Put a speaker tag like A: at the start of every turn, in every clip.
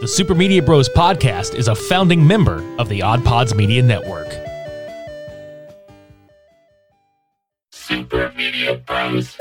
A: The Super Media Bros podcast is a founding member of the Odd Pods Media Network.
B: Super Media Bros.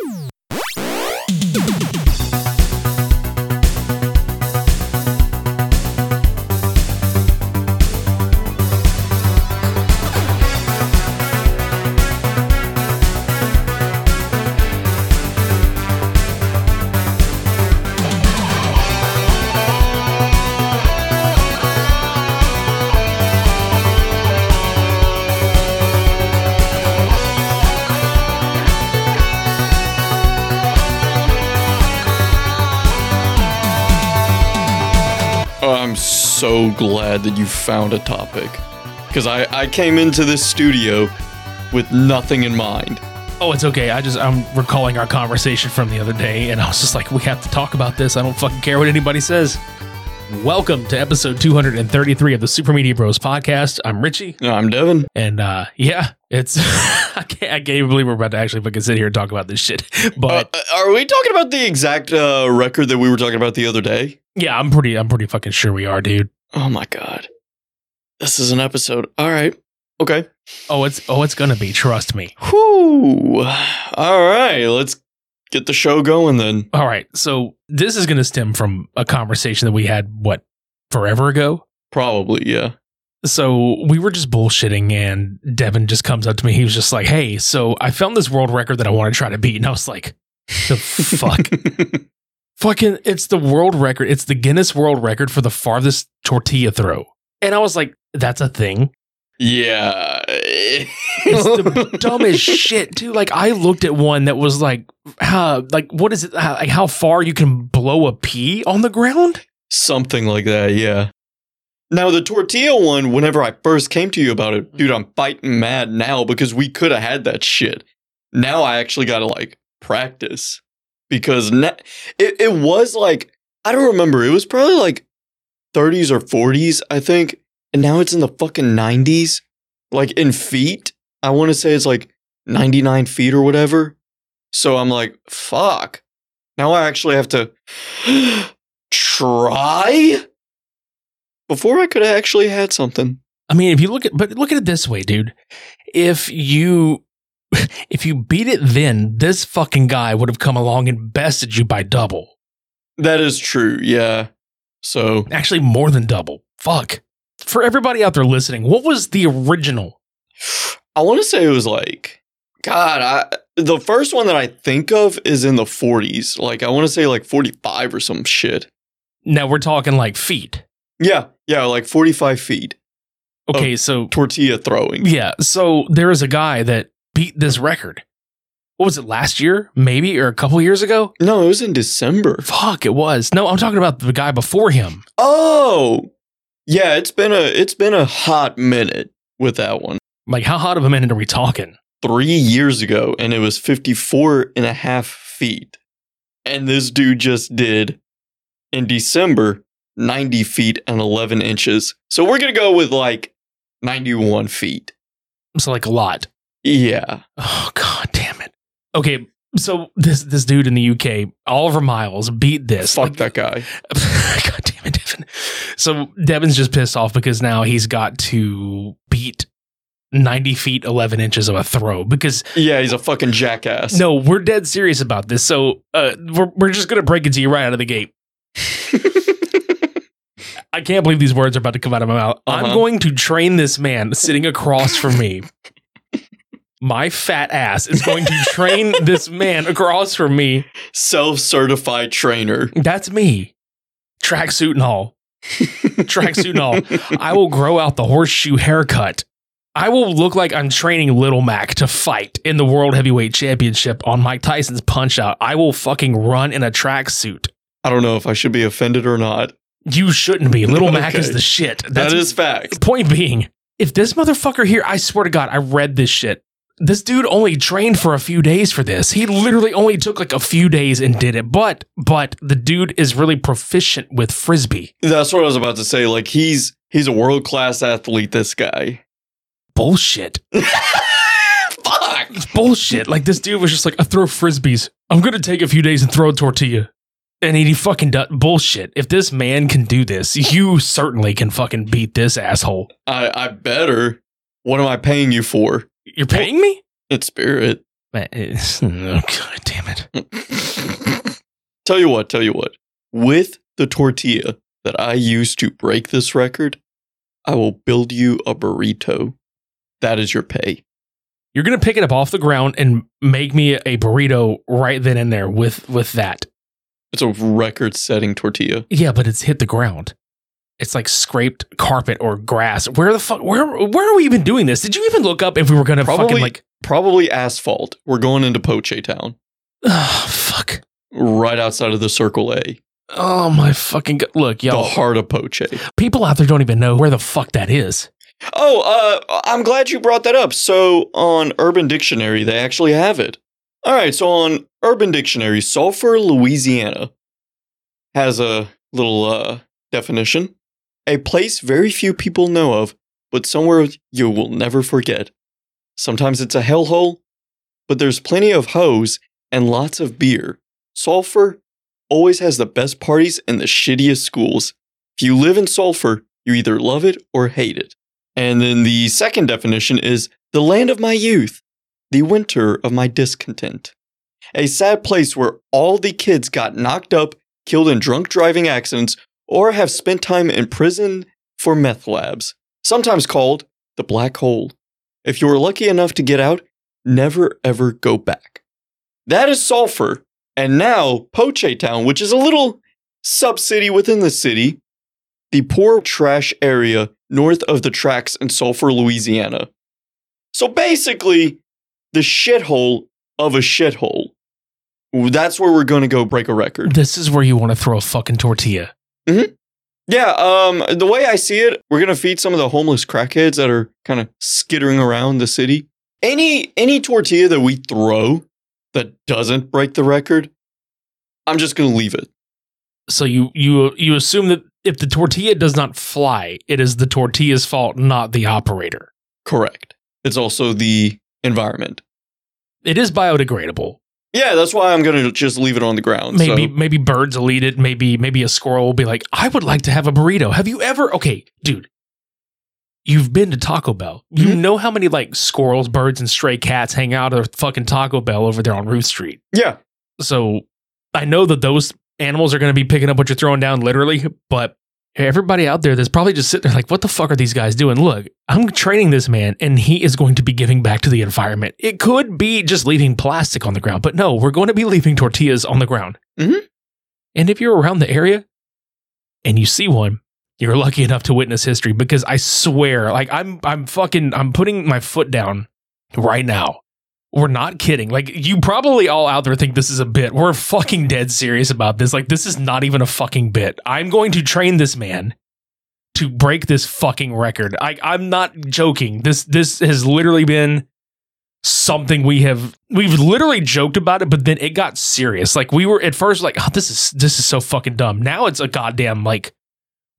C: Oh, I'm so glad that you found a topic. Because I, I came into this studio with nothing in mind.
A: Oh, it's okay. I just I'm recalling our conversation from the other day, and I was just like, we have to talk about this. I don't fucking care what anybody says. Welcome to episode 233 of the Super Media Bros podcast. I'm Richie,
C: No, I'm Devin.
A: and uh yeah, it's I can't I can't believe we're about to actually fucking sit here and talk about this shit. But
C: Uh, are we talking about the exact uh, record that we were talking about the other day?
A: yeah, I'm pretty I'm pretty fucking sure we are, dude.
C: Oh my god. This is an episode. All right. Okay.
A: Oh, it's oh, it's gonna be. Trust me.
C: Whew. All right. Let's get the show going then.
A: All right, so this is gonna stem from a conversation that we had what forever ago.
C: Probably, yeah.
A: so we were just bullshitting and Devin just comes up to me. He was just like, Hey, so I found this world record that I want to try to beat. And I was like, the fuck? Fucking it's the world record. It's the Guinness World Record for the farthest tortilla throw. And I was like, that's a thing.
C: yeah.
A: It's the dumbest shit, too. Like I looked at one that was like, how, like what is it? How, like how far you can blow a pea on the ground?
C: Something like that, yeah. Now, the tortilla one, whenever I first came to you about it, dude, I'm fighting mad now because we could have had that shit. Now I actually got to like practice because na- it, it was like, I don't remember. It was probably like 30s or 40s, I think. And now it's in the fucking 90s. Like in feet, I want to say it's like 99 feet or whatever. So I'm like, fuck. Now I actually have to try before I could have actually had something.
A: I mean, if you look at but look at it this way, dude. If you if you beat it then, this fucking guy would have come along and bested you by double.
C: That is true. Yeah. So
A: Actually more than double. Fuck. For everybody out there listening, what was the original?
C: I want to say it was like, God, I, the first one that I think of is in the 40s. Like, I want to say like 45 or some shit.
A: Now we're talking like feet.
C: Yeah. Yeah. Like 45 feet.
A: Okay, so
C: Tortilla throwing.
A: yeah, so there is a guy that beat this record. What was it last year? Maybe or a couple years ago?
C: No, it was in December.
A: Fuck, it was. No, I'm talking about the guy before him.
C: Oh. Yeah, it's been a it's been a hot minute with that one.
A: Like how hot of a minute are we talking?
C: 3 years ago and it was 54 and a half feet. And this dude just did in December 90 feet and 11 inches. So we're going to go with like 91 feet.
A: So like a lot.
C: Yeah.
A: Oh god damn it. Okay, so this this dude in the UK, Oliver Miles, beat this.
C: Fuck that guy.
A: god damn it, Devin. So Devin's just pissed off because now he's got to beat 90 feet 11 inches of a throw because
C: Yeah, he's a fucking jackass.
A: no we're dead serious about this so uh we're, we're just gonna break it to you right out of the gate i can't believe these words are about to come out of my mouth i'm
C: Uh-huh.
A: going to train this man sitting across from me my fat ass is going to train this man across from me
C: Self-certified trainer.
A: that's me. Tracksuit and all. Tracksuit and all. I will grow out the horseshoe haircut. I will look like I'm training Little Mac to fight in the World Heavyweight Championship on Mike Tyson's punch out. I will fucking run in a tracksuit.
C: I don't know if I should be offended or not.
A: You shouldn't be. Little Mac
C: Okay.
A: is the shit.
C: That's fact.
A: Point being, if this motherfucker here, I swear to God, I read this shit. This dude only trained for a few days for this. He literally only took like a few days and did it. But but the dude is really proficient with frisbee.
C: That's what I was about to say. Like he's he's a world class athlete. This guy.
A: Bullshit.
C: Fuck.
A: It's bullshit. Like this dude was just like, I throw frisbees. I'm gonna take a few days and throw a tortilla. And he fucking does bullshit. If this man can do this, you certainly can fucking beat this asshole.
C: I I better. What am I paying you for?
A: You're paying me?
C: It's spirit.
A: Man, it's- oh, God damn it.
C: tell you what, tell you what. With the tortilla that I use to break this record, I will build you a burrito. That is your pay.
A: You're gonna pick it up off the ground and make me a burrito right then and there with with that.
C: It's a record setting tortilla.
A: Yeah, but it's hit the ground. It's like scraped carpet or grass. Where the fuck? Where where are we even doing this? Did you even look up if we were gonna fucking
C: Probably-
A: like?
C: Probably asphalt. We're going into Poche Town,
A: Oh fuck!
C: right outside of the Circle A,
A: Oh my fucking god! Look,
C: the
A: y'all,
C: heart of Poche.
A: people out there don't even know where the fuck that is.
C: Oh, uh, I'm glad you brought that up. So on Urban Dictionary, they actually have it. All right, so on Urban Dictionary, Sulphur, Louisiana has a little uh, definition a place very few people know of, but somewhere you will never forget. Sometimes it's a hellhole, but there's plenty of hoes and lots of beer. Sulphur always has the best parties and the shittiest schools. If you live in Sulphur, you either love it or hate it. And then the second definition is the land of my youth, the winter of my discontent. A sad place where all the kids got knocked up, killed in drunk driving accidents, or have spent time in prison for meth labs, sometimes called the black hole. If you were lucky enough to get out, never ever go back. That is Sulphur. And now Poche Town, which is a little sub city within the city, the poor trash area north of the tracks in Sulphur, Louisiana. So basically, the shithole of a shithole. That's where we're going to go break a record.
A: This is where you want to throw a fucking tortilla.
C: Yeah, um, the way I see it, we're gonna feed some of the homeless crackheads that are kind of skittering around the city. Any any tortilla that we throw that doesn't break the record, I'm just gonna leave it.
A: So you you you assume that if the tortilla does not fly, it is the tortilla's fault, not the operator.
C: Correct. It's also the environment.
A: It is biodegradable.
C: Yeah, that's why I'm gonna just leave it on the ground.
A: maybe
C: so-
A: maybe birds will eat it. Maybe maybe a squirrel will be like, I would like to have a burrito. Have you ever? Okay, dude, you've been to Taco Bell. You
C: Mhm.
A: know how many like squirrels, birds, and stray cats hang out at fucking Taco Bell over there on Ruth Street.
C: yeah,
A: So I know that those animals are going to be picking up what you're throwing down, literally. But everybody out there that's probably just sitting there like, what the fuck are these guys doing? Look, I'm training this man, and he is going to be giving back to the environment. It could be just leaving plastic on the ground, but no, we're going to be leaving tortillas on the ground.
C: Mhm.
A: And if you're around the area and you see one. You're lucky enough to witness history because I swear, like I'm, I'm fucking, I'm putting my foot down right now. We're not kidding. Like, you probably all out there think this is a bit. We're fucking dead serious about this. Like, this is not even a fucking bit. I'm going to train this man to break this fucking record. I, I'm not joking. This this has literally been something we have we've literally joked about it, but then it got serious. Like we were at first like, oh, this is this is so fucking dumb. Now it's a goddamn like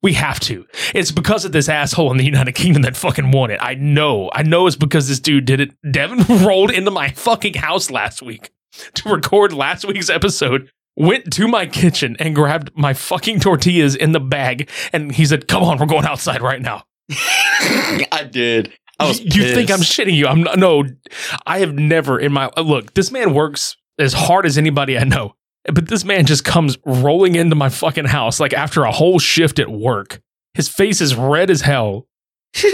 A: we have to. It's because of this asshole in the United Kingdom that fucking won it. I know. I know it's because this dude did it. Devin rolled into my fucking house last week to record last week's episode, went to my kitchen and grabbed my fucking tortillas in the bag. And he said, Come on, we're going outside right now.
C: I did. I was
A: You- you think I'm
C: pissed.
A: shitting you? I'm not. No, I have never in my uh, look. This man works as hard as anybody I know, but this man just comes rolling into my fucking house like after a whole shift at work. His face is red as hell,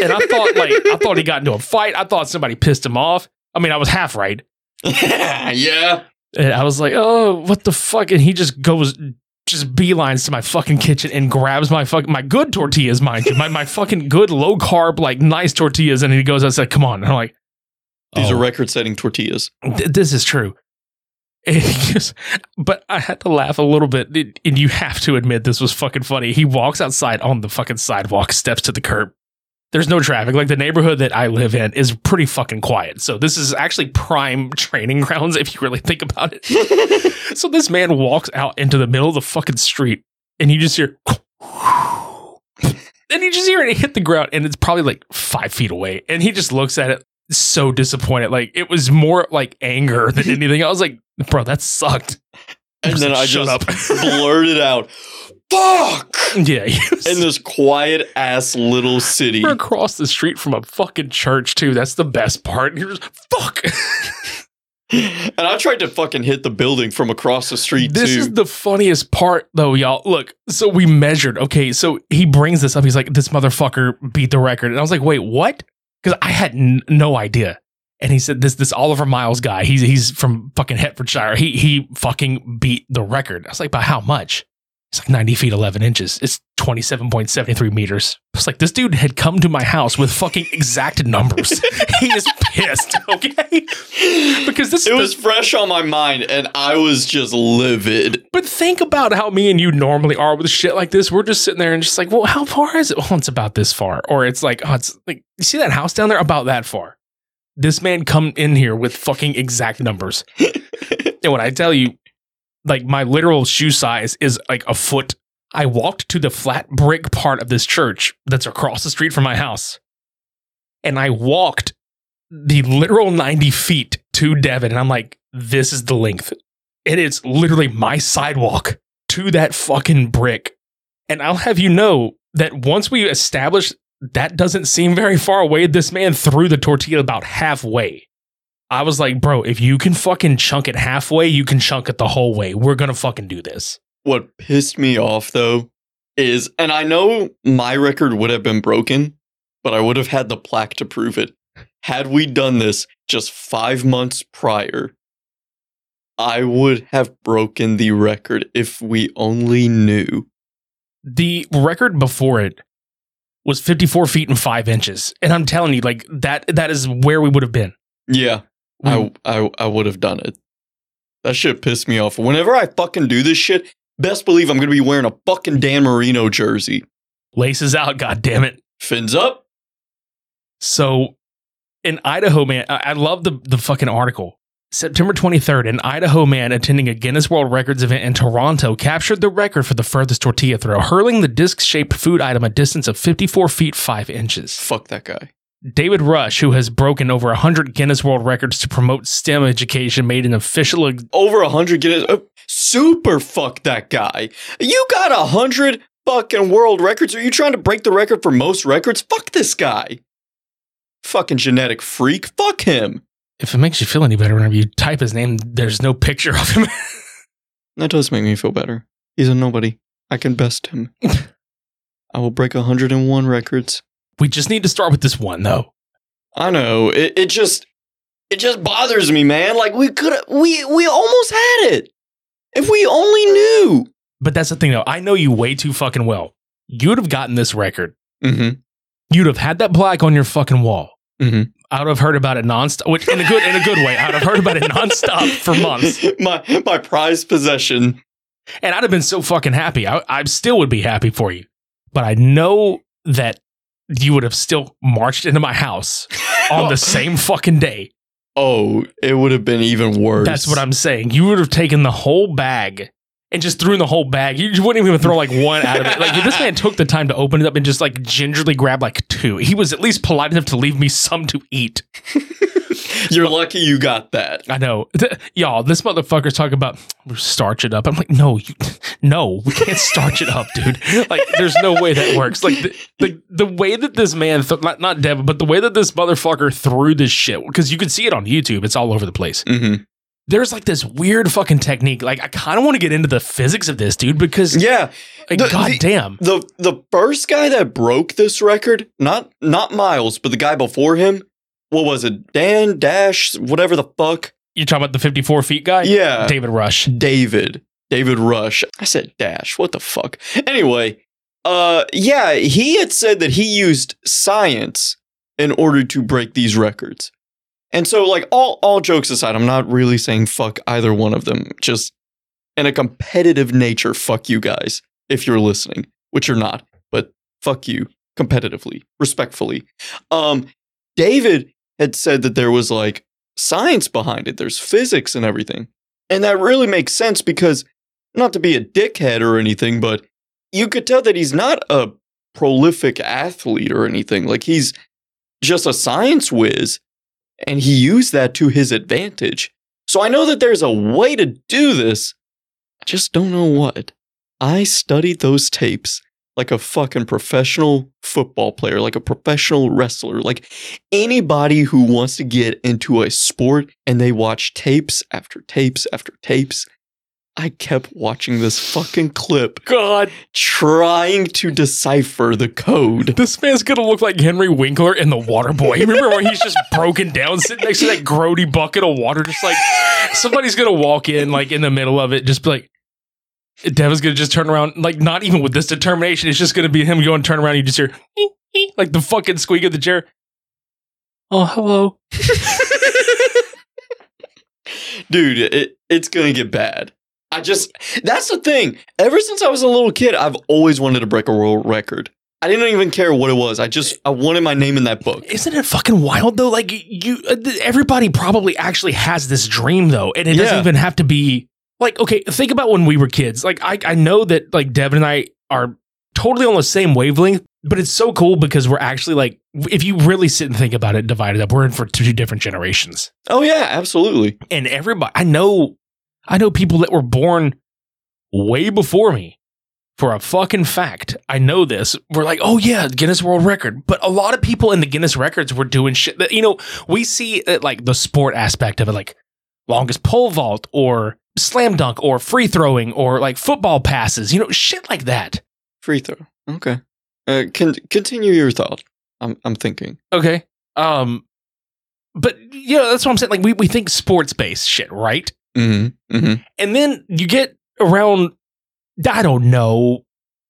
A: and I thought like I thought he got into a fight. I thought somebody pissed him off. I mean, I was half right,
C: yeah.
A: and I was like, oh, what the fuck? And he just goes. Just beelines to my fucking kitchen and grabs my fuck my good tortillas, mind you, my my fucking good low carb like nice tortillas, and he goes, I said, "Come on," and I'm like,
C: These
A: "Oh."
C: are record setting tortillas.
A: Th- this is true. It just- but I had to laugh a little bit, It- and you have to admit this was fucking funny. He walks outside on the fucking sidewalk, steps to the curb. There's no traffic. Like the neighborhood that I live in is pretty fucking quiet. So this is actually prime training grounds if you really think about it. so this man walks out into the middle of the fucking street, and you just hear. And you just hear it hit the ground, and it's probably like five feet away. And he just looks at it so disappointed. Like it was more like anger than anything. I was like, bro, that sucked.
C: And
A: was
C: then
A: like,
C: I
A: shut
C: just
A: up.
C: blurted out, fuck!
A: yeah, he was-
C: In this quiet ass little city.
A: we're across the street from a fucking church too. That's the best part. You're just fuck.
C: And I tried to fucking hit the building from across the street
A: this
C: too.
A: is the funniest part though, y'all. Look, so we measured. Okay, so he brings this up. He's like, this motherfucker beat the record, and I was like, wait, what? Because I had n- no idea. And he said this this Oliver Miles guy. He's he's from fucking Hertfordshire. He he fucking beat the record. I was like, by how much? It's like 90 feet 11 inches. It's 27.73 meters. It's like this dude had come to my house with fucking exact numbers. he is pissed, okay? Because this is
C: it
A: the-
C: was fresh on my mind and I was just livid.
A: but think about how me and you normally are with shit like this. We're just sitting there and just like, well, how far is it? Well, it's about this far. Or it's like, oh, it's like, you see that house down there? About that far. This man come in here with fucking exact numbers. and when I tell you, like my literal shoe size is like a foot. I walked to the flat brick part of this church that's across the street from my house. And I walked the literal 90 feet to Devin. And I'm like, this is the length it is literally my sidewalk to that fucking brick. And I'll have you know that once we establish that doesn't seem very far away, this man threw the tortilla about halfway. I was like, bro, if you can fucking chunk it halfway, you can chunk it the whole way. We're gonna fucking do this.
C: What pissed me off though is, and I know my record would have been broken, but I would have had the plaque to prove it. Had we done this just five months prior, I would have broken the record if we only knew.
A: The record before it was 54 feet and five inches. And I'm telling you, like that that is where we would have been.
C: Yeah, I, I, I would have done it. That shit pissed me off. Whenever I fucking do this shit, best believe I'm gonna be wearing a fucking Dan Marino jersey.
A: Laces out, god damn it.
C: Fins up.
A: So in Idaho, man, I, I love the, the fucking article. September 23rd, an Idaho man attending a Guinness World Records event in Toronto captured the record for the furthest tortilla throw, hurling the disc shaped food item a distance of 54 feet 5 inches.
C: Fuck that guy.
A: David Rush, who has broken over 100 Guinness World Records to promote STEM education, made an official ex-
C: over a hundred Guinness. Uh, super fuck that guy. You got a hundred fucking world records. Are you trying to break the record for most records? Fuck this guy. Fucking genetic freak. Fuck him.
A: If it makes you feel any better whenever you type his name, there's no picture of him.
C: That does make me feel better. He's a nobody. I can best him. I will break 101 records.
A: we just need to start with this one, though.
C: I know. It, it just it just bothers me, man. Like we could we we almost had it. If we only knew.
A: But that's the thing, though. I know you way too fucking well. You'd have gotten this record.
C: Mm-hmm.
A: you'd have had that plaque on your fucking wall.
C: Mhm.
A: I would have heard about it nonstop, which in a good in a good way. I'd have heard about it nonstop Uh, for months,
C: my my prized possession
A: and I'd have been so fucking happy. I, I still would be happy for you, but I know that you would have still marched into my house on the same fucking day.
C: Oh, it would have been even worse.
A: That's what I'm saying. You would have taken the whole bag and just threw in the whole bag. You, you wouldn't even throw like one out of it. Like this man took the time to open it up and just like gingerly grab like two. He was at least polite enough to leave me some to eat.
C: You're lucky you got that.
A: I know, Th- y'all. This motherfucker's talking about "We'll starch it up. I'm like, no, you, no, we can't starch it up, dude. Like, there's no way that works. Like, the the, the way that this man, th- not not Devin, but the way that this motherfucker threw this shit, because you can see it on YouTube. It's all over the place.
C: Mm-hmm.
A: There's like this weird fucking technique. Like, I kind of want to get into the physics of this, dude, because
C: Yeah,
A: like,
C: the-
A: goddamn,
C: the the first guy that broke this record, not not Miles, but the guy before him. What was it? Dan Dash, whatever the fuck.
A: you're talking about the 54 feet guy,
C: Yeah,
A: David Rush.
C: David. David Rush. I said Dash. What the fuck? Anyway, uh, yeah, he had said that he used science in order to break these records, And so, like all all jokes aside, I'm not really saying fuck either one of them. Just in a competitive nature, fuck you guys if you're listening, which you're not, but fuck you competitively, respectfully. Um, David had said that there was like science behind it. There's physics and everything, and that really makes sense because not to be a dickhead or anything, but you could tell that he's not a prolific athlete or anything. Like he's just a science whiz and he used that to his advantage. So I know that there's a way to do this. I just don't know what. I studied those tapes like a fucking professional football player, like a professional wrestler, like anybody who wants to get into a sport and they watch tapes after tapes after tapes. I kept watching this fucking clip,
A: God,
C: trying to decipher the code.
A: this man's gonna look like Henry Winkler in The Water Boy. You remember when he's just broken down, sitting next to that grody bucket of water, just like somebody's gonna walk in, like in the middle of it, just be like. Devin's gonna just turn around, like not even with this determination. It's just gonna be him going turn around. And you just hear like the fucking squeak of the chair. Oh, hello.
C: Dude, it, it's going to get bad. I just, that's the thing. Ever since I was a little kid, I've always wanted to break a world record. I didn't even care what it was. I just, I wanted my name in that book.
A: Isn't it fucking wild though? Like you, uh, th- everybody probably actually has this dream though, and it doesn't
C: Yeah.
A: even have to be like okay. Think about when we were kids. Like I, I know that like Devin and I are totally on the same wavelength, but it's so cool because we're actually like, if you really sit and think about it, divided up, we're in for two different generations,
C: Oh, yeah, absolutely.
A: and everybody. I know, I know people that were born way before me. For a fucking fact, I know this. We're like, oh yeah, Guinness World Record. But a lot of people in the Guinness records were doing shit that you know we see it, like the sport aspect of it, like longest pole vault or slam dunk or free throwing or like football passes, you know, shit like that.
C: Free throw. Okay. Uh, con- continue your thought. I'm, I'm thinking.
A: Okay. Um, but you know that's what I'm saying. Like we we think sports based shit, right?
C: Mm-hmm. Mm-hmm.
A: And then you get around, I don't know,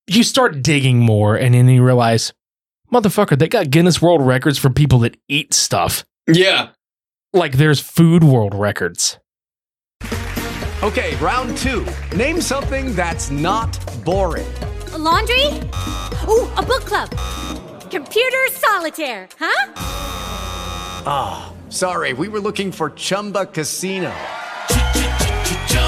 A: you start digging more, and then you realize, motherfucker, they got Guinness World Records for people that eat stuff.
C: Yeah.
A: Like there's food world records.
D: Okay, round two. Name something that's not boring.
E: A laundry? Ooh, a book club. Computer solitaire, huh?
D: Sorry, we were looking for Chumba Casino.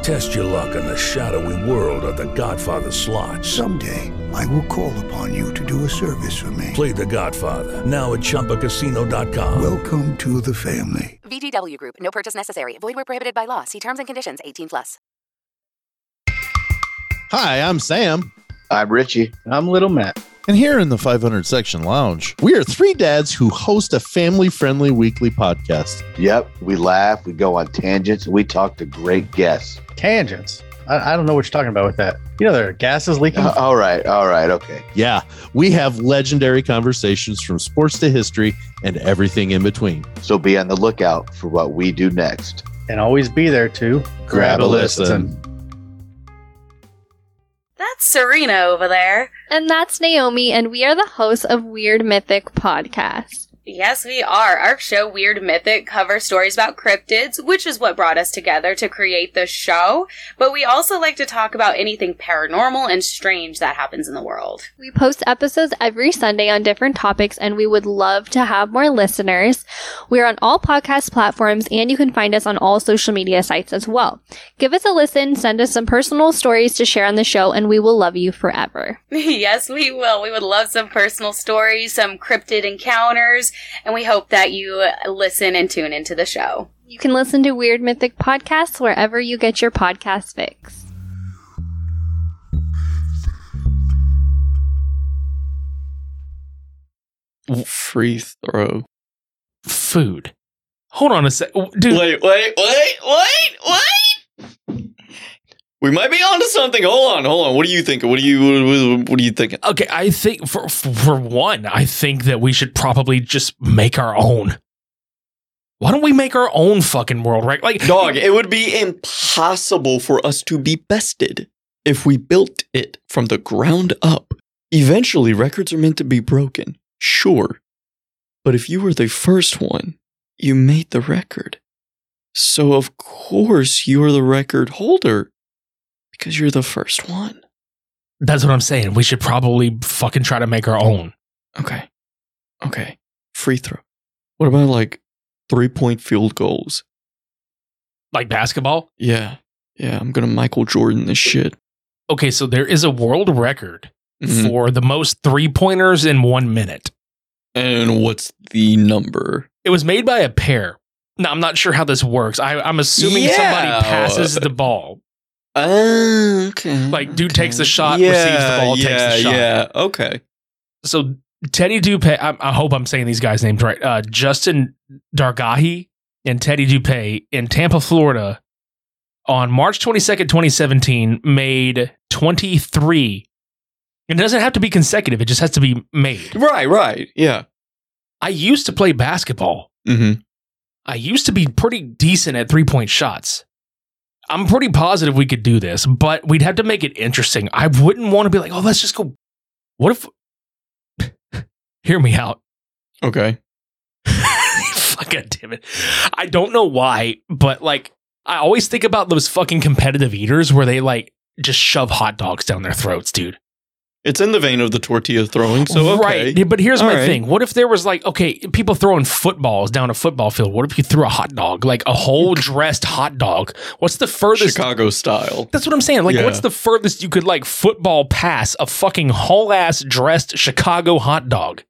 F: Test your luck in the shadowy world of The Godfather slot.
G: Someday, I will call upon you to do a service for me.
F: Play The Godfather now at ChumbaCasino.com.
G: Welcome to the family.
H: VGW Group. No purchase necessary. Void where prohibited by law. See terms and conditions. 18 plus.
I: Hi, I'm Sam.
J: I'm Richie.
I: I'm Little Matt. And here in the 500 Section Lounge, we are three dads who host a family friendly weekly podcast.
J: Yep, we laugh, we go on tangents, and we talk to great guests.
I: Tangents? I, I don't know what you're talking about with that. You know, there are gases leaking.
J: Uh, all right, all right, okay.
I: yeah, we have legendary conversations from sports to history and everything in between.
J: So be on the lookout for what we do next.
D: And always be there to
I: Grab a listen.
H: That's Serena over there.
E: And that's Naomi, and we are the hosts of Weird Mythic Podcast.
K: Yes, we are. Our show, Weird Mythic, covers stories about cryptids, which is what brought us together to create this show. But we also like to talk about anything paranormal and strange that happens in the world.
L: We post episodes every Sunday on different topics, and we would love to have more listeners. We're on all podcast platforms, and you can find us on all social media sites as well. Give us a listen, send us some personal stories to share on the show, and we will love you forever.
K: yes, we will. We would love some personal stories, some cryptid encounters, and we hope that you listen and tune into the show.
L: You can listen to Weird Mythic Podcasts wherever you get your podcast fix.
C: Free throw.
A: Food. Hold on a sec. Dude.
C: Wait, wait, wait, wait, wait. We might be onto something. Hold on, hold on. What do you think? What do you what, what, what are you thinking?
A: Okay, I think for for one, I think that we should probably just make our own. Why don't we make our own fucking world, right? Like
C: Dog, it would be impossible for us to be bested if we built it from the ground up. Eventually records are meant to be broken. Sure. But if you were the first one, you made the record. So of course you are the record holder because you're the first one.
A: That's what I'm saying. We should probably fucking try to make our own.
C: Okay. Okay. Free throw. What about like three point field goals?
A: Like basketball?
C: Yeah. Yeah. I'm going to Michael Jordan this shit.
A: Okay. So there is a world record mm-hmm. for the most three pointers in one minute.
C: And what's the number?
A: It was made by a pair. Now, I'm not sure how this works. I, am assuming yeah. somebody passes the ball.
C: Uh, okay.
A: Like, dude okay. takes the shot, yeah, receives the ball,
C: yeah,
A: takes the shot.
C: Yeah, okay.
A: So Teddy Dupe, I, I, hope I'm saying these guys' names right. Uh, Justin Dargahi and Teddy Dupe in Tampa, Florida, on March 22nd, 2017, made 23. It doesn't have to be consecutive; it just has to be made.
C: Right, right, yeah.
A: I used to play basketball.
C: Mm-hmm.
A: I used to be pretty decent at three point shots. I'm pretty positive we could do this, but we'd have to make it interesting. I wouldn't want to be like, oh, let's just go. What if? Hear me out.
C: Okay.
A: Fucking damn it. I don't know why, but like, I always think about those fucking competitive eaters where they like just shove hot dogs down their throats, dude.
C: It's in the vein of the tortilla throwing, so okay.
A: right. But here's All my right. thing: what if there was like, okay, people throwing footballs down a football field? What if you threw a hot dog, like a whole dressed hot dog? What's the furthest
C: Chicago style?
A: That's what I'm saying. Like, yeah. what's the furthest you could like football pass a fucking whole ass dressed Chicago hot dog?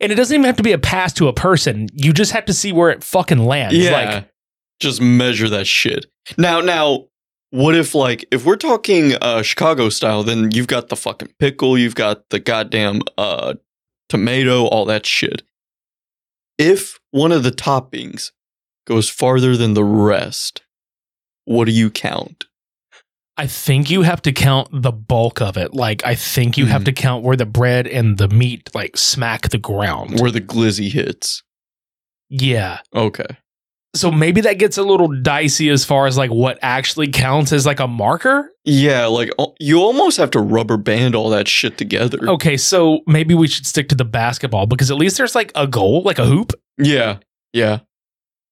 A: and it doesn't even have to be a pass to a person. You just have to see where it fucking lands.
C: Yeah.
A: Like,
C: just measure that shit. Now, now, what if like if we're talking uh chicago style then you've got the fucking pickle you've got the goddamn uh tomato all that shit if one of the toppings goes farther than the rest what do you count
A: i think you have to count the bulk of it like i think you mm-hmm.
C: Hmm.
A: have to count where the bread and the meat like smack the ground
C: where the glizzy hits
A: yeah
C: okay
A: so maybe that gets a little dicey as far as like what actually counts as like a marker
C: yeah like you almost have to rubber band all that shit together
A: okay so maybe we should stick to the basketball because at least there's like a goal like a hoop
C: yeah yeah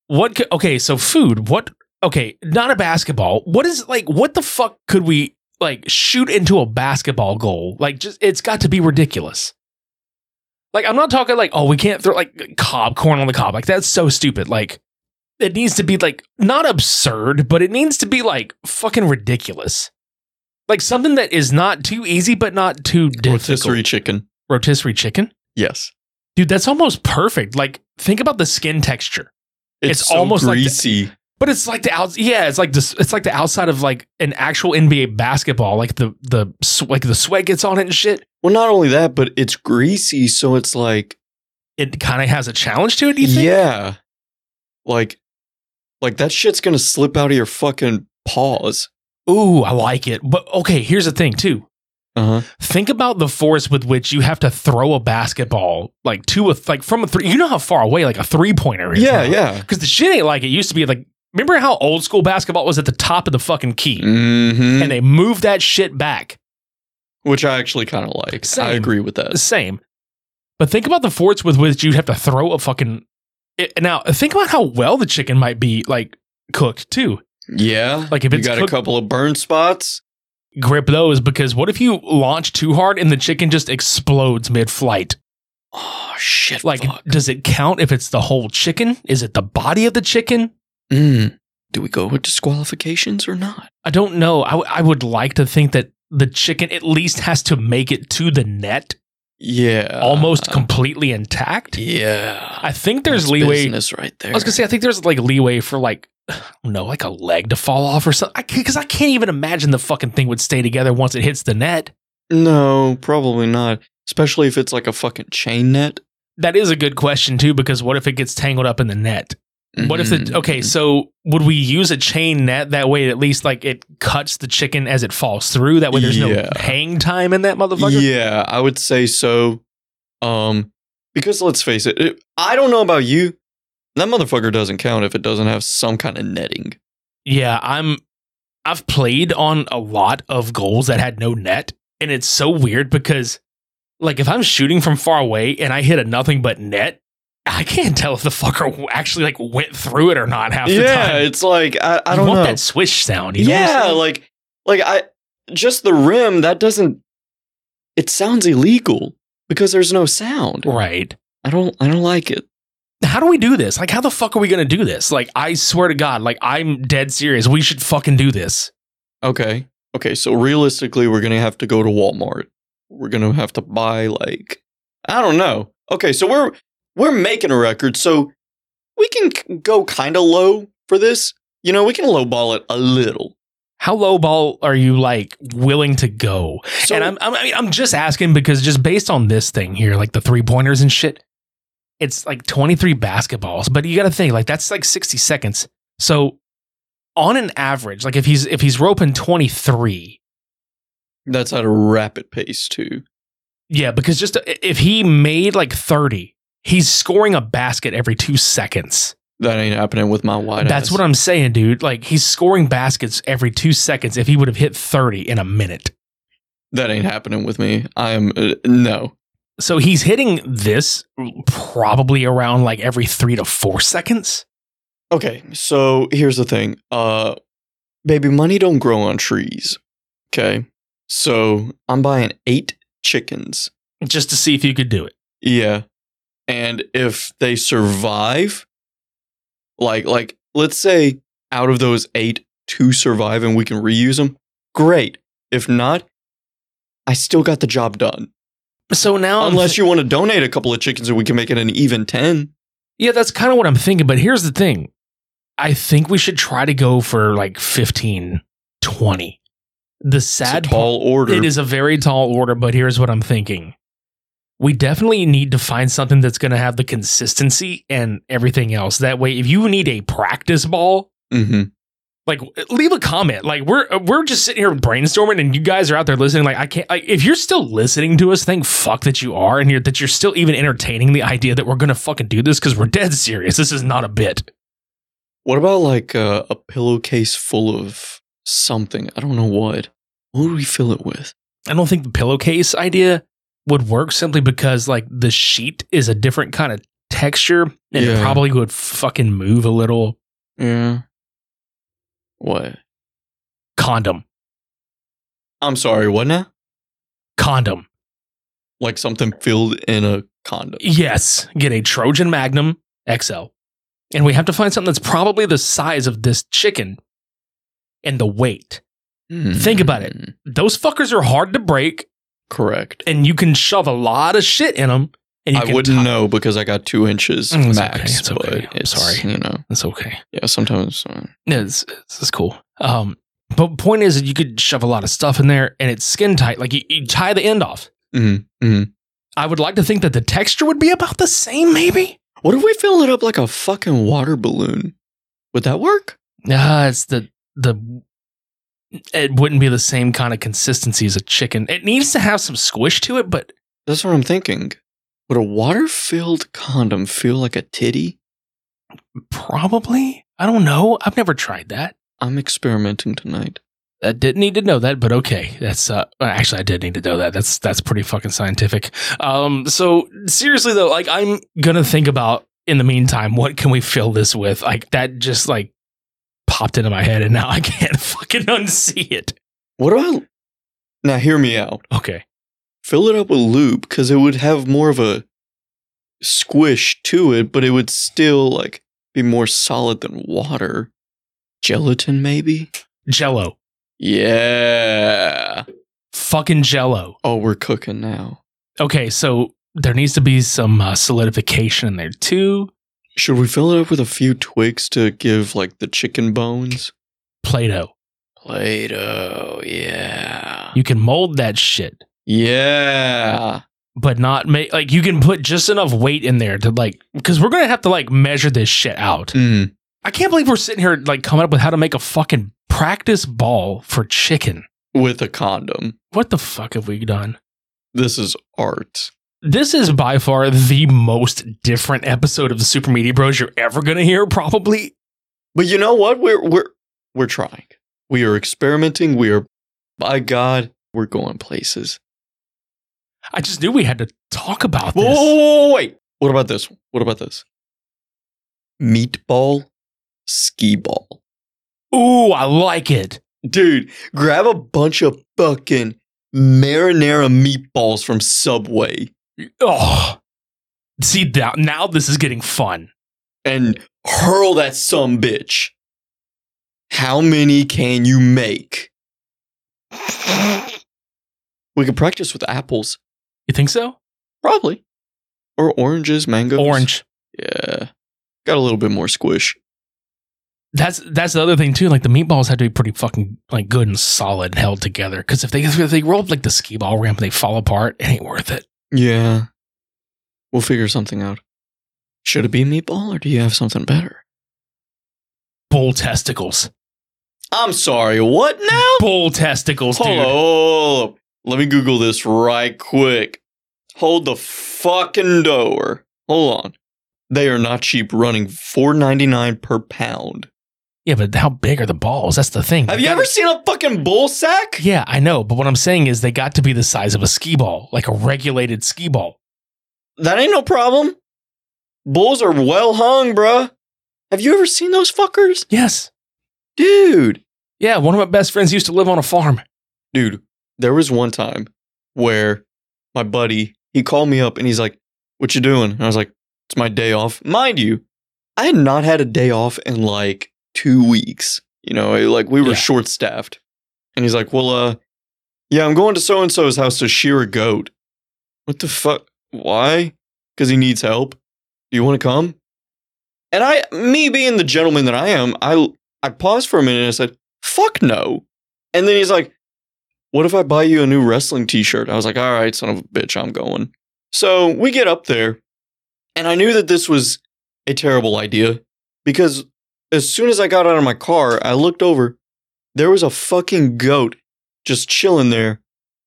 A: what could, okay so food what okay not a basketball what is like what the fuck could we like shoot into a basketball goal like just it's got to be ridiculous like i'm not talking like oh we can't throw like cob corn on the cob like that's so stupid like it needs to be like not absurd, but it needs to be like fucking ridiculous. Like something that is not too easy, but not too difficult.
C: Rotisserie chicken.
A: Rotisserie chicken?
C: Yes.
A: Dude, that's almost perfect. Like, think about the skin texture.
C: It's, it's so almost greasy.
A: Like the, but it's like the out, yeah, it's like this. It's like the outside of like an actual NBA basketball. Like the the like the sweat gets on it and shit.
C: Well, not only that, but it's greasy, so it's like
A: it kind of has a challenge to it. You think?
C: Yeah, like like that shit's gonna slip out of your fucking paws.
A: Ooh, I like it. But okay, here's the thing too.
C: Uh-huh.
A: Think about the force with which you have to throw a basketball, like to a th- like from a three. You know how far away like a three pointer is.
C: Yeah, now. yeah.
A: Because the shit ain't like it used to be. Like, remember how old school basketball was at the top of the fucking key,
C: mm-hmm.
A: and they moved that shit back.
C: Which I actually kind of like. Same. I agree with that.
A: Same. But think about the force with which you'd have to throw a fucking. It, now think about how well the chicken might be like cooked too.
C: Yeah.
A: Like if
C: you
A: it's
C: got
A: cooked-
C: a couple of burn spots.
A: Grip those because what if you launch too hard and the chicken just explodes mid-flight?
C: Oh shit!
A: Like, does it count if it's the whole chicken? Is it the body of the chicken?
C: mm. Do we go with disqualifications or not?
A: I don't know. I, w- I would like to think that the chicken at least has to make it to the net
C: Yeah.
A: almost completely intact.
C: Yeah.
A: I think there's
C: That's
A: leeway.
C: business right
A: I was
C: there.
A: gonna say I think there's like leeway for like no like a leg to fall off or something because I can't even imagine the fucking thing would stay together once it hits the net.
C: No, probably not. Especially if it's like a fucking chain net.
A: That is a good question too because what if it gets tangled up in the net? What if
C: Mm-hmm.
A: the okay? So would we use a chain net that way? At least like it cuts the chicken as it falls through. That way there's
C: Yeah.
A: no hang time in that motherfucker.
C: Yeah, I would say so. Um, because let's face it, it, I don't know about you. That motherfucker doesn't count if it doesn't have some kind of netting.
A: Yeah, I'm I've played on a lot of goals that had no net, and it's so weird because like if I'm shooting from far away and I hit a nothing but net, I can't tell if the fucker w- actually like went through it or not half the
C: yeah,
A: time.
C: it's like I, I
A: You
C: don't
A: want
C: know
A: that swish sound. You know what I'm
C: yeah,
A: saying?
C: like like I just the rim that doesn't. It sounds illegal because there's no sound.
A: Right.
C: I don't. I don't like it.
A: how do we do this? Like how the fuck are we gonna do this? Like I swear to God, like I'm dead serious. We should fucking do this.
C: Okay. Okay. So realistically, we're gonna have to go to Walmart. We're gonna have to buy like I don't know. Okay. So we're we're making a record, so we can k- go kind of low for this. You know, we can lowball it a little.
A: How low ball are you like willing to go? and I'm I'm I mean, I'm just asking because just based on this thing here, like the three pointers and shit, it's like 23 basketballs. But you got to think like that's like 60 seconds. So on an average, like if he's if he's roping 23,
C: That's at a rapid pace too.
A: yeah, because just if he made like 30, he's scoring a basket every two seconds.
C: That ain't happening with my wide.
A: That's
C: ass.
A: what I'm saying, dude. Like he's scoring baskets every two seconds. If he would have hit 30 in a minute.
C: That ain't happening with me. I am uh, no.
A: So he's hitting this probably around like every three to four seconds.
C: Okay, so here's the thing. Uh baby, money don't grow on trees. Okay. So I'm buying eight chickens.
A: Just to see if you could do it.
C: Yeah. And if they survive, like like let's say out of those eight, two survive and we can reuse them, great. If not, I still got the job done.
A: So now, I'm
C: unless you want to donate a couple of chickens, and we can make it an even ten.
A: Yeah, that's kind of what I'm thinking. But here's the thing I think we should try to go for like 15, 20. The sad
C: it's a tall
A: part-
C: order.
A: It is a very tall order, but here's what I'm thinking. We definitely need to find something that's going to have the consistency and everything else. That way, if you need a practice ball,
C: Mm-hmm.
A: like leave a comment like we're we're just sitting here brainstorming and you guys are out there listening like i can't like if you're still listening to us thank fuck that you are and you're that you're still even entertaining the idea that we're gonna fucking do this because we're dead serious this is not a bit
C: What about like a, a pillowcase full of something? I don't know what. What would we fill it with?
A: i don't think the pillowcase idea would work simply because like the sheet is a different kind of texture and it
C: Yeah.
A: probably would fucking move a little
C: yeah What?
A: condom
C: I'm sorry, what now?
A: condom
C: Like something filled in a condom.
A: Yes, get a Trojan Magnum XL. And we have to find something that's probably the size of this chicken and the weight. Think about it. Those fuckers are hard to break.
C: Hmm, Correct.
A: And you can shove a lot of shit in them. And you
C: I
A: can
C: wouldn't
A: tie-
C: know because I got two inches
A: Mm, it's okay,
C: max.
A: it's okay.
C: But
A: I'm
C: it's,
A: sorry.
C: You know,
A: it's okay.
C: Yeah, sometimes. uh,
A: No, this, this is cool. Um, but point is that you could shove a lot of stuff in there and it's skin tight. Like you, you tie the end off.
C: mhm, mhm.
A: I would like to think that the texture would be about the same, maybe.
C: What if we fill it up like a fucking water balloon? Would that work?
A: Ah, it's the the. It wouldn't be the same kind of consistency as a chicken. It needs to have some squish to it, but
C: That's what I'm thinking. Would a water filled condom feel like a titty?
A: probably I don't know. I've never tried that.
C: I'm experimenting tonight.
A: I didn't need to know that, but okay. That's uh, well, actually I did need to know that. That's that's pretty fucking scientific. Um, so seriously though, like I'm gonna think about in the meantime, what can we fill this with? Like that just like popped into my head, and now I can't fucking unsee it.
C: What about now? Hear me out.
A: Okay,
C: fill it up with lube because it would have more of a squish to it, but it would still like be more solid than water. Gelatin, maybe.
A: Jello,
C: Yeah.
A: fucking Jello.
C: Oh, we're cooking now.
A: Okay, so there needs to be some uh, solidification in there too.
C: Should we fill it up with a few twigs to give like the chicken bones?
A: Play-Doh.
C: Play-Doh, yeah.
A: You can mold that shit,
C: Yeah.
A: but not make like you can put just enough weight in there to like because we're gonna have to like measure this shit out.
C: Mm.
A: I can't believe we're sitting here like coming up with how to make a fucking practice ball for chicken.
C: With a condom.
A: What the fuck have we done?
C: This is art.
A: This is by far the most different episode of the Super Media Bros you're ever gonna hear, probably.
C: But you know what? We're we're we're trying. We are experimenting. We are by God, we're going places.
A: I just knew we had to talk about
C: Whoa,
A: this.
C: whoa, whoa, whoa, wait. What about this? What about this? Meatball, ski ball.
A: Ooh, I like it.
C: Dude, grab a bunch of fucking marinara meatballs from Subway
A: Oh, see now, now this is getting fun.
C: and hurl that some bitch. How many can you make? We could practice with apples,
A: You think so?
C: probably, or oranges, mangoes.
A: Orange.
C: Yeah, got a little bit more squish.
A: That's that's the other thing too. Like the meatballs had to be pretty fucking like good and solid and held together. Because if they if they roll up like the ski ball ramp, and they fall apart. It ain't worth it.
C: Yeah, we'll figure something out. Should it be meatball, or do you have something better?
A: Bull testicles.
C: I'm sorry, what now?
A: Bull testicles, dude.
C: Hold up, hold up. Let me Google this right quick. Hold the fucking door. Hold on. They are not cheap, running four ninety nine per pound.
A: Yeah, but how big are the balls? That's the thing.
C: Have you ever seen a fucking bull sack?
A: Yeah, I know. But what I'm saying is they got to be the size of a ski ball, like a regulated ski ball.
C: That ain't no problem. Bulls are well hung, bruh. Have you ever seen those fuckers?
A: Yes.
C: Dude.
A: Yeah, one of my best friends used to live on a farm.
C: Dude, there was one time where my buddy, he called me up and he's like, What you doing? And I was like, It's my day off. Mind you, I had not had a day off in like two weeks. You know, it- like we were
A: Yeah.
C: short staffed. And he's like, Well, uh, yeah, I'm going to so and so's house to shear a goat. What the fuck? Why? Because he needs help. Do you want to come? And I, me being the gentleman that I am, I, I paused for a minute and I said, fuck no. And then he's like, what if I buy you a new wrestling t shirt? I was like, all right, son of a bitch, I'm going. So we get up there, and I knew that this was a terrible idea because as soon as I got out of my car, I looked over. There was a fucking goat just chilling there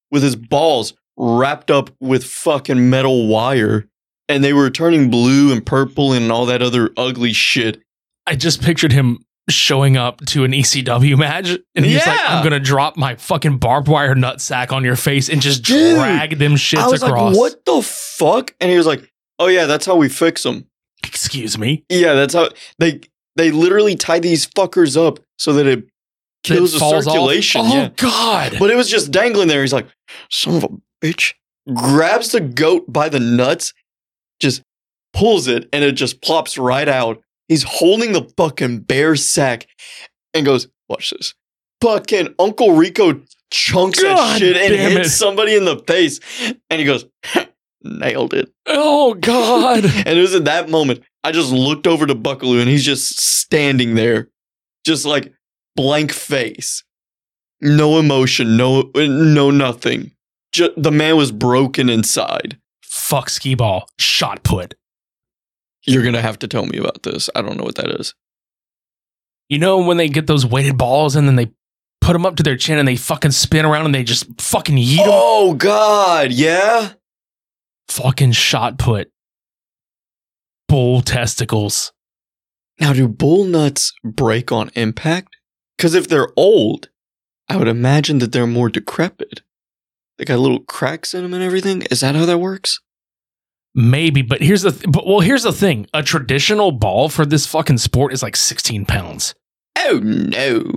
C: with his balls wrapped up with fucking metal wire. And they were turning blue and purple and all that other ugly shit.
A: I just pictured him showing up to an ECW match and he's like,
C: Yeah.
A: I'm gonna drop my fucking barbed wire nutsack on your face and just
C: Dude,
A: drag them shits
C: I was
A: across.
C: like, what the fuck? And he was like, oh yeah, that's how we fix them.
A: Excuse me.
C: Yeah, that's how they they literally tie these fuckers up so that it kills
A: That
C: the
A: falls off?
C: circulation.
A: Oh
C: yeah.
A: god.
C: But it was just dangling there. He's like, son of a bitch. Grabs the goat by the nuts, just pulls it, and it just plops right out. He's holding the fucking bear sack and goes, watch this. Fucking Uncle Rico chunks that
A: God
C: shit and
A: damn
C: hits
A: it.
C: somebody in the face. And he goes, nailed it.
A: oh god.
C: And it was at that moment I just looked over to Buckaloo and he's just standing there, just like blank face, no emotion, no no nothing. Ju- the man was broken inside.
A: Fuck skee ball. Shot put.
C: You're gonna have to tell me about this. I don't know what that is.
A: You know when they get those weighted balls and then they put them up to their chin and they fucking spin around and they just fucking yeet them.
C: Oh God, yeah.
A: Fucking shot put. Bull testicles.
C: Now do bull nuts break on impact? Because if they're old, I would imagine that they're more decrepit. They got little cracks in them and everything. Is that how that works?
A: Maybe, but here's the th- but well, here's the thing. A traditional ball for this fucking sport is like 16 pounds.
C: Oh no.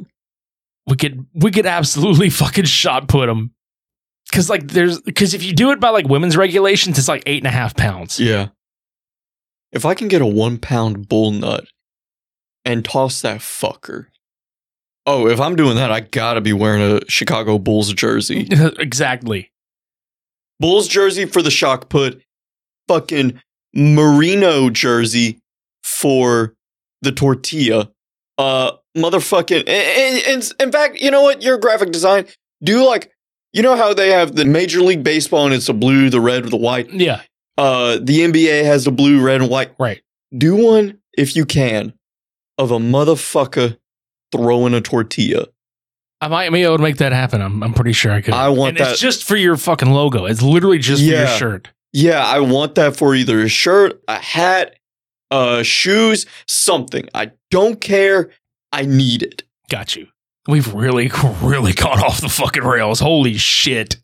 A: We could we could absolutely fucking shot put them. Cause like there's cause if you do it by like women's regulations, it's like eight and a half pounds.
C: Yeah. If I can get a one pound bull nut and toss that fucker. Oh, if I'm doing that, I gotta be wearing a Chicago Bulls jersey.
A: exactly.
C: Bulls jersey for the shock put, fucking merino jersey for the tortilla. Uh, motherfucking. And, and, and in fact, you know what? You're a graphic design. Do like, you know how they have the Major League Baseball and it's the blue, the red, the white.
A: Yeah.
C: Uh, the NBA has the blue, red, and white.
A: Right.
C: Do one if you can of a motherfucker throwing a tortilla.
A: I might be able to make that happen. I'm, I'm pretty sure I could.
C: I want
A: And
C: that.
A: It's just for your fucking logo. It's literally just for your
C: Yeah.
A: shirt.
C: yeah, I want that for either a shirt, a hat, uh, shoes, something. I don't care. I need it.
A: Got you. We've really, really gone off the fucking rails. Holy shit.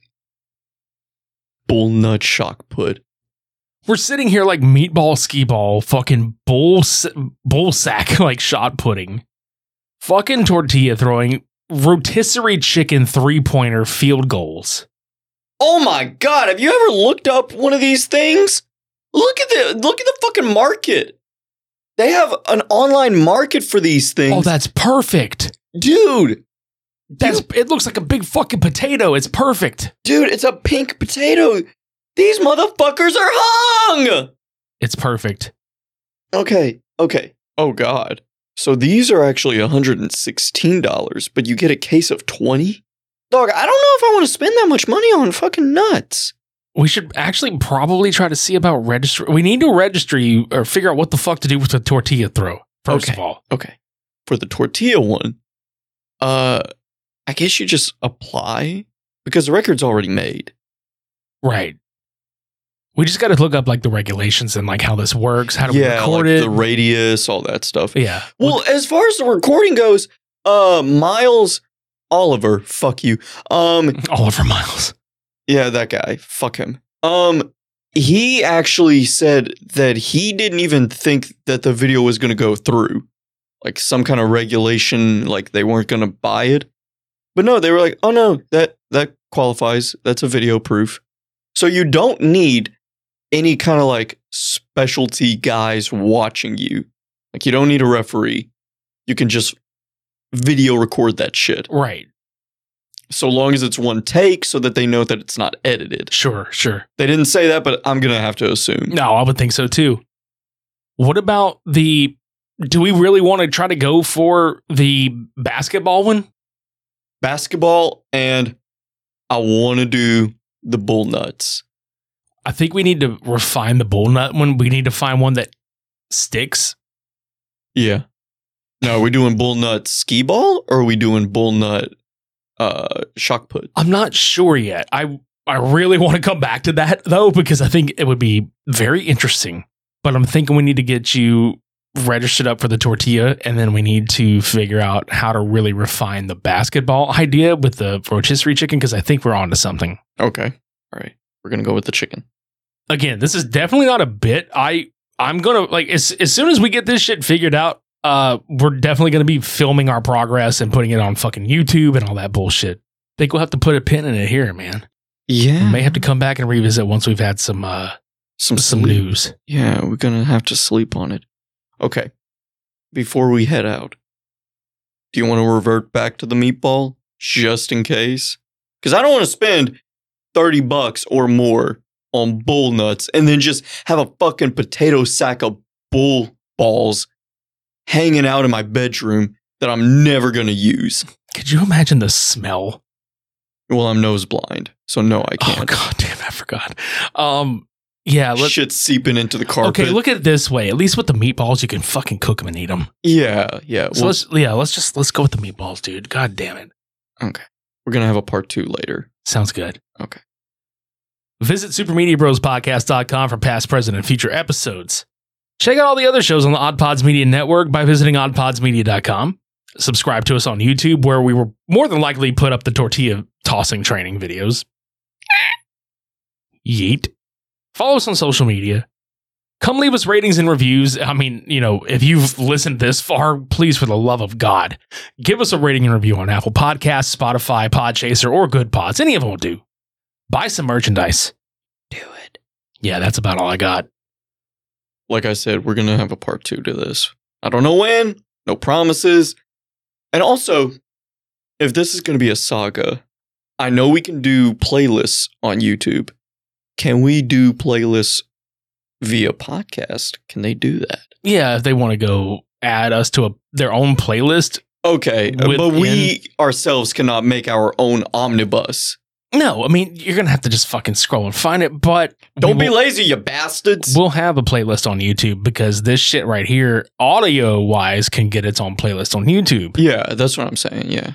C: Bull nut shock put.
A: We're sitting here like meatball skee ball, fucking bull, s- bull sack, like shot putting, fucking tortilla throwing, rotisserie chicken three pointer field goals.
C: Oh my god, have you ever looked up one of these things? Look at the look at the fucking market. They have an online market for these things.
A: Oh, that's perfect.
C: Dude,
A: That's it looks like a big fucking potato. It's perfect.
C: dude, it's a pink potato. These motherfuckers are hung.
A: It's perfect.
C: Okay, okay. Oh god. So these are actually $116, but you get a case of 20? Dog, I don't know if I want to spend that much money on fucking nuts.
A: We should actually probably try to see about register. We need to register you or figure out what the fuck to do with the tortilla throw. First of all,
C: Okay. For the tortilla one, uh I guess you just apply because the record's already made.
A: right? We just got to look up like the regulations and like how this works. How do we
C: yeah,
A: record
C: like
A: it?
C: the radius, all that stuff.
A: yeah,
C: Well, as far as the recording goes, uh Miles Oliver, fuck you. Um
A: Oliver Miles.
C: Yeah, that guy. Fuck him. Um, he actually said that he didn't even think that the video was going to go through, like some kind of regulation, like they weren't going to buy it. But no, they were like, "Oh no, that that qualifies. That's a video proof." So you don't need any kind of like specialty guys watching you. Like you don't need a referee. You can just video record that shit
A: Right.
C: so long as it's one take so that they know that it's not edited.
A: Sure, sure.
C: They didn't say that, but I'm going to have to assume.
A: No, I would think so too. What about the? Do we really want to try to go for the basketball one?
C: Basketball, and I want to do the bull nuts.
A: I think we need to refine the bull nut one. We need to find one that sticks.
C: Yeah. No, are we doing bull nut skee ball or are we doing bull nut uh, shock put?
A: I'm not sure yet. I I really want to come back to that though because I think it would be very interesting. But I'm thinking we need to get you registered up for the tortilla and then we need to figure out how to really refine the basketball idea with the rotisserie chicken because I think we're on to something.
C: Okay. All right. We're going to go with the chicken.
A: Again, this is definitely not a bit. I I'm going to like as as soon as we get this shit figured out, uh we're definitely going to be filming our progress and putting it on fucking YouTube and all that bullshit. Think we'll have to put a pin in it here, man.
C: Yeah.
A: May have to come back and revisit once we've had some uh
C: Some,
A: some
C: sleep.
A: news.
C: Yeah, we're going to have to sleep on it. Okay. Before we head out, do you want to revert back to the meatball just in case? Because I don't want to spend 30 bucks or more on bull nuts and then just have a fucking potato sack of bull balls hanging out in my bedroom that I'm never going to use.
A: Could you imagine the smell?
C: Well, I'm nose blind, so no, I
A: Oh
C: can't.
A: god damn, I forgot. Um yeah, let's
C: Shit seeping into the carpet.
A: Okay, look at it this way. At least with the meatballs you can fucking cook them and eat them.
C: Yeah, yeah.
A: So
C: well-
A: let's yeah, let's just let's go with the meatballs, dude. God damn it.
C: okay. We're going to have a part two later.
A: Sounds good.
C: Okay.
A: Visit supermediabrospodcast.com for past, present, and future episodes. Check out all the other shows on the Odd Pods Media Network by visiting oddpodsmedia.com. subscribe to us on YouTube, where we were more than likely put up the tortilla tossing training videos. Yeet. Follow us on social media. Come leave us ratings and reviews. I mean, you know, if you've listened this far, please, for the love of God, give us a rating and review on Apple Podcasts, Spotify, Podchaser, or Good Pods. Any of them will do. Buy some merchandise. Do it. Yeah, that's about all I got.
C: Like I said, we're going to have a part two to this. I don't know when, no promises. And also, if this is going to be a saga, I know we can do playlists on YouTube. Can we do playlists via podcast? Can they do that?
A: Yeah, if they want to go add us to a their own playlist.
C: Okay, uh, but we ourselves cannot make our own omnibus.
A: No, I mean you're gonna have to just fucking scroll and find it. But
C: Don't
A: we
C: be
A: will-
C: lazy, you bastards.
A: We'll have a playlist on YouTube because this shit right here, audio wise, can get its own playlist on YouTube.
C: Yeah, that's what I'm saying. Yeah.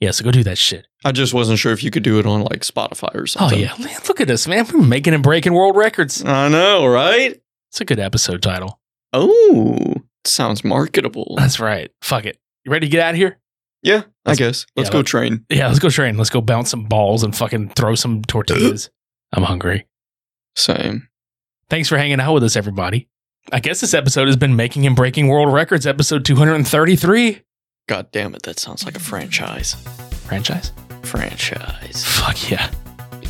A: Yeah, so go do that shit.
C: I just wasn't sure if you could do it on like Spotify or something.
A: Oh yeah, man, look at us, man. We're making and breaking world records.
C: I know, right?
A: It's a good episode title.
C: Oh, sounds marketable.
A: That's right. Fuck it. You ready to get out of here?
C: Yeah, I guess. Let's
A: yeah,
C: go
A: let-
C: train.
A: Yeah, let's go train. Let's go bounce some balls and fucking throw some tortillas. I'm hungry.
C: Same.
A: Thanks for hanging out with us, everybody. I guess this episode has been making and breaking world records, episode 233.
C: God damn it, that sounds like a franchise.
A: Franchise?
C: Franchise.
A: Fuck yeah.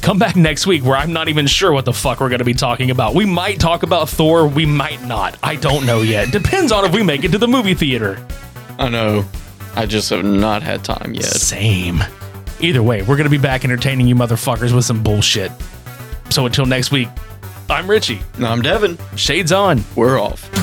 A: Come back next week where I'm not even sure what the fuck we're going to be talking about. We might talk about Thor, we might not. I don't know yet. Depends on if we make it to the movie theater.
C: I know. I just have not had time yet.
A: Same. Either way, we're going to be back entertaining you motherfuckers with some bullshit. So until next week, I'm Richie.
C: I'm Devin.
A: Shades on.
C: We're off.